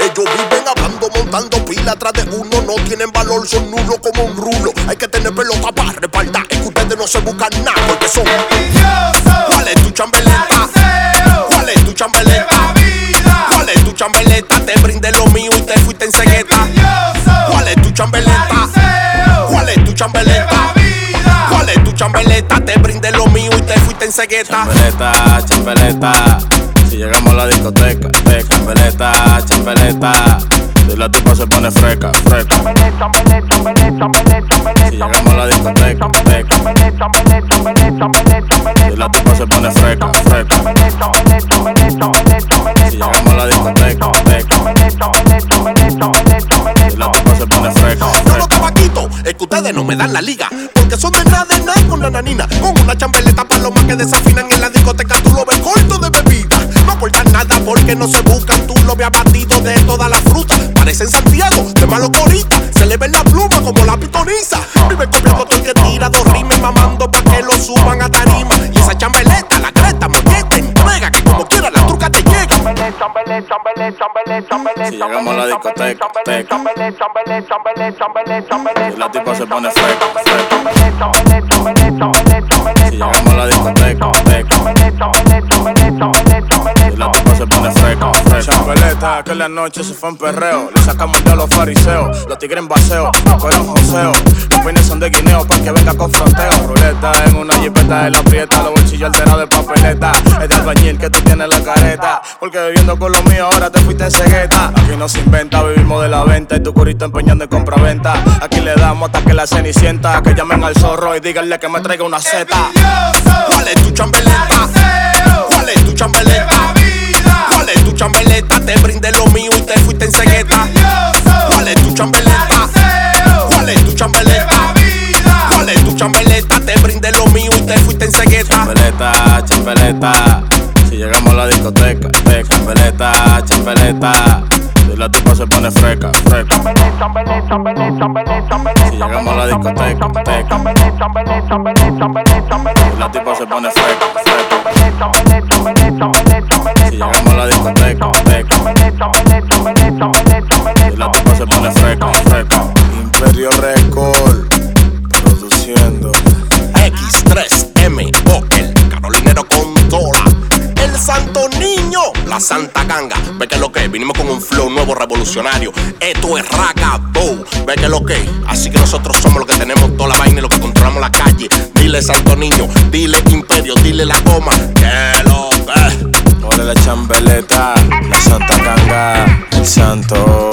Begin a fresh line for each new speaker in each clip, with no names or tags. Ellos viven hablando, montando pila atrás de uno. No tienen valor, son nulos como un rulo. Hay que tener pelota para respaldar. Es que ustedes no se buscan nada porque son.
Envidioso.
¿Cuál es tu chambeleta?
Fariseo.
¿Cuál es tu chambeleta?
Lleva vida.
¿Cuál es tu chambeleta? Te brindé lo mío y te fuiste en cegueta.
Envidioso.
¿Cuál es tu chambeleta?
Fariseo.
¿Cuál es tu chambeleta?
Lleva vida.
¿Cuál es tu chambeleta? Te brindé lo mío y te fuiste en cegueta.
Chapeleta, chapeleta. Si llegamos a la discoteca, de chapeleta, chapeleta. Si la tipa se pone fresca, fresca. Si llegamos a la discoteca, fresca. Si la tipa se pone fresca, fresca. Si llegamos a la discoteca, fresca. Si la tipa se pone fresca,
Yo no
fresca.
te vaquito, es que ustedes no me dan la liga. Porque son de nada de nada con la nanina. Con una chambeleta paloma que desafinan en la discoteca. Tú lo ves corto de bebida. No cortan nada porque no se buscan. Tú lo ves abatido de todas las frutas. Parecen Santiago, de malo corita. Se le ven la pluma como la pitoniza. Vive copiando todo el que tira dos rimes. Mamando pa' que lo suban a tarima. Y esa chambeleta, la creta, molleta, entrega. Que como quiera la truca te llega.
Si llegamos a la discoteca, teca. Y la tipa se pone fresca, fresca. Si llegamos a la discoteca, teca. Y la tipa se pone fresca, fresca.
Chapeleta, que en la noche se fue en perreo. Le sacamos el de los fariseos, los tigres en baseo, pero en joseo. Los peines son de guineo pa' que venga con fronteo. Ruleta en una jipeta, él aprieta, los bolsillos alterados de papeleta. Es de albañil que tú tienes la careta. Porque bebiendo con lo mío ahora te fuiste en cegueta. Aquí no se inventa, vivimos de la venta. Y tu curito empeñando en compraventa. Aquí le damos hasta que la cenicienta. Que llamen al zorro y díganle que me traiga una seta.
Envidioso.
¿Cuál es tu chambeleta?
Fariseo.
¿Cuál es tu chambeleta?
Lleva vida.
¿Cuál es tu chambeleta? Te brindé lo mío y te fuiste en cegueta.
Envidioso.
¿Cuál es tu chambeleta?
Fariseo.
¿Cuál es tu chambeleta?
Lleva vida.
¿Cuál es tu chambeleta? Te brindé lo mío y te fuiste en cegueta.
Chapeleta, chapeleta. Si llegamos a la discoteca, de chapeleta, chapeleta. Si la tipa se pone fresca, fresca. Si llegamos a la discoteca, teca. Y la tipa se pone fresca, fresca. Si llegamos a la discoteca, teca. Y la tipa se pone fresca, fresca.
Imperio Record, produciendo.
X3M Booker, Carolinero Contora, el Santo Niño, la Santa Ganga. Ve que lo que, es, vinimos con un flow nuevo revolucionario. Esto es Ragaboo, ve que lo que, es. así que nosotros somos los que tenemos toda la vaina y los que controlamos la calle. Dile Santo Niño, dile Imperio, dile la goma, que lo que.
Ole la chambeleta, la santa ganga, el santo,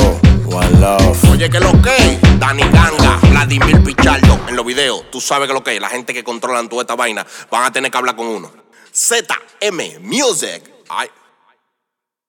one love.
Oye, que lo que, es. Dani Ganga, Vladimir Pichardo, en los videos, tú sabes que lo que, es. la gente que controlan toda esta vaina, van a tener que hablar con uno. ZM Music. Ay.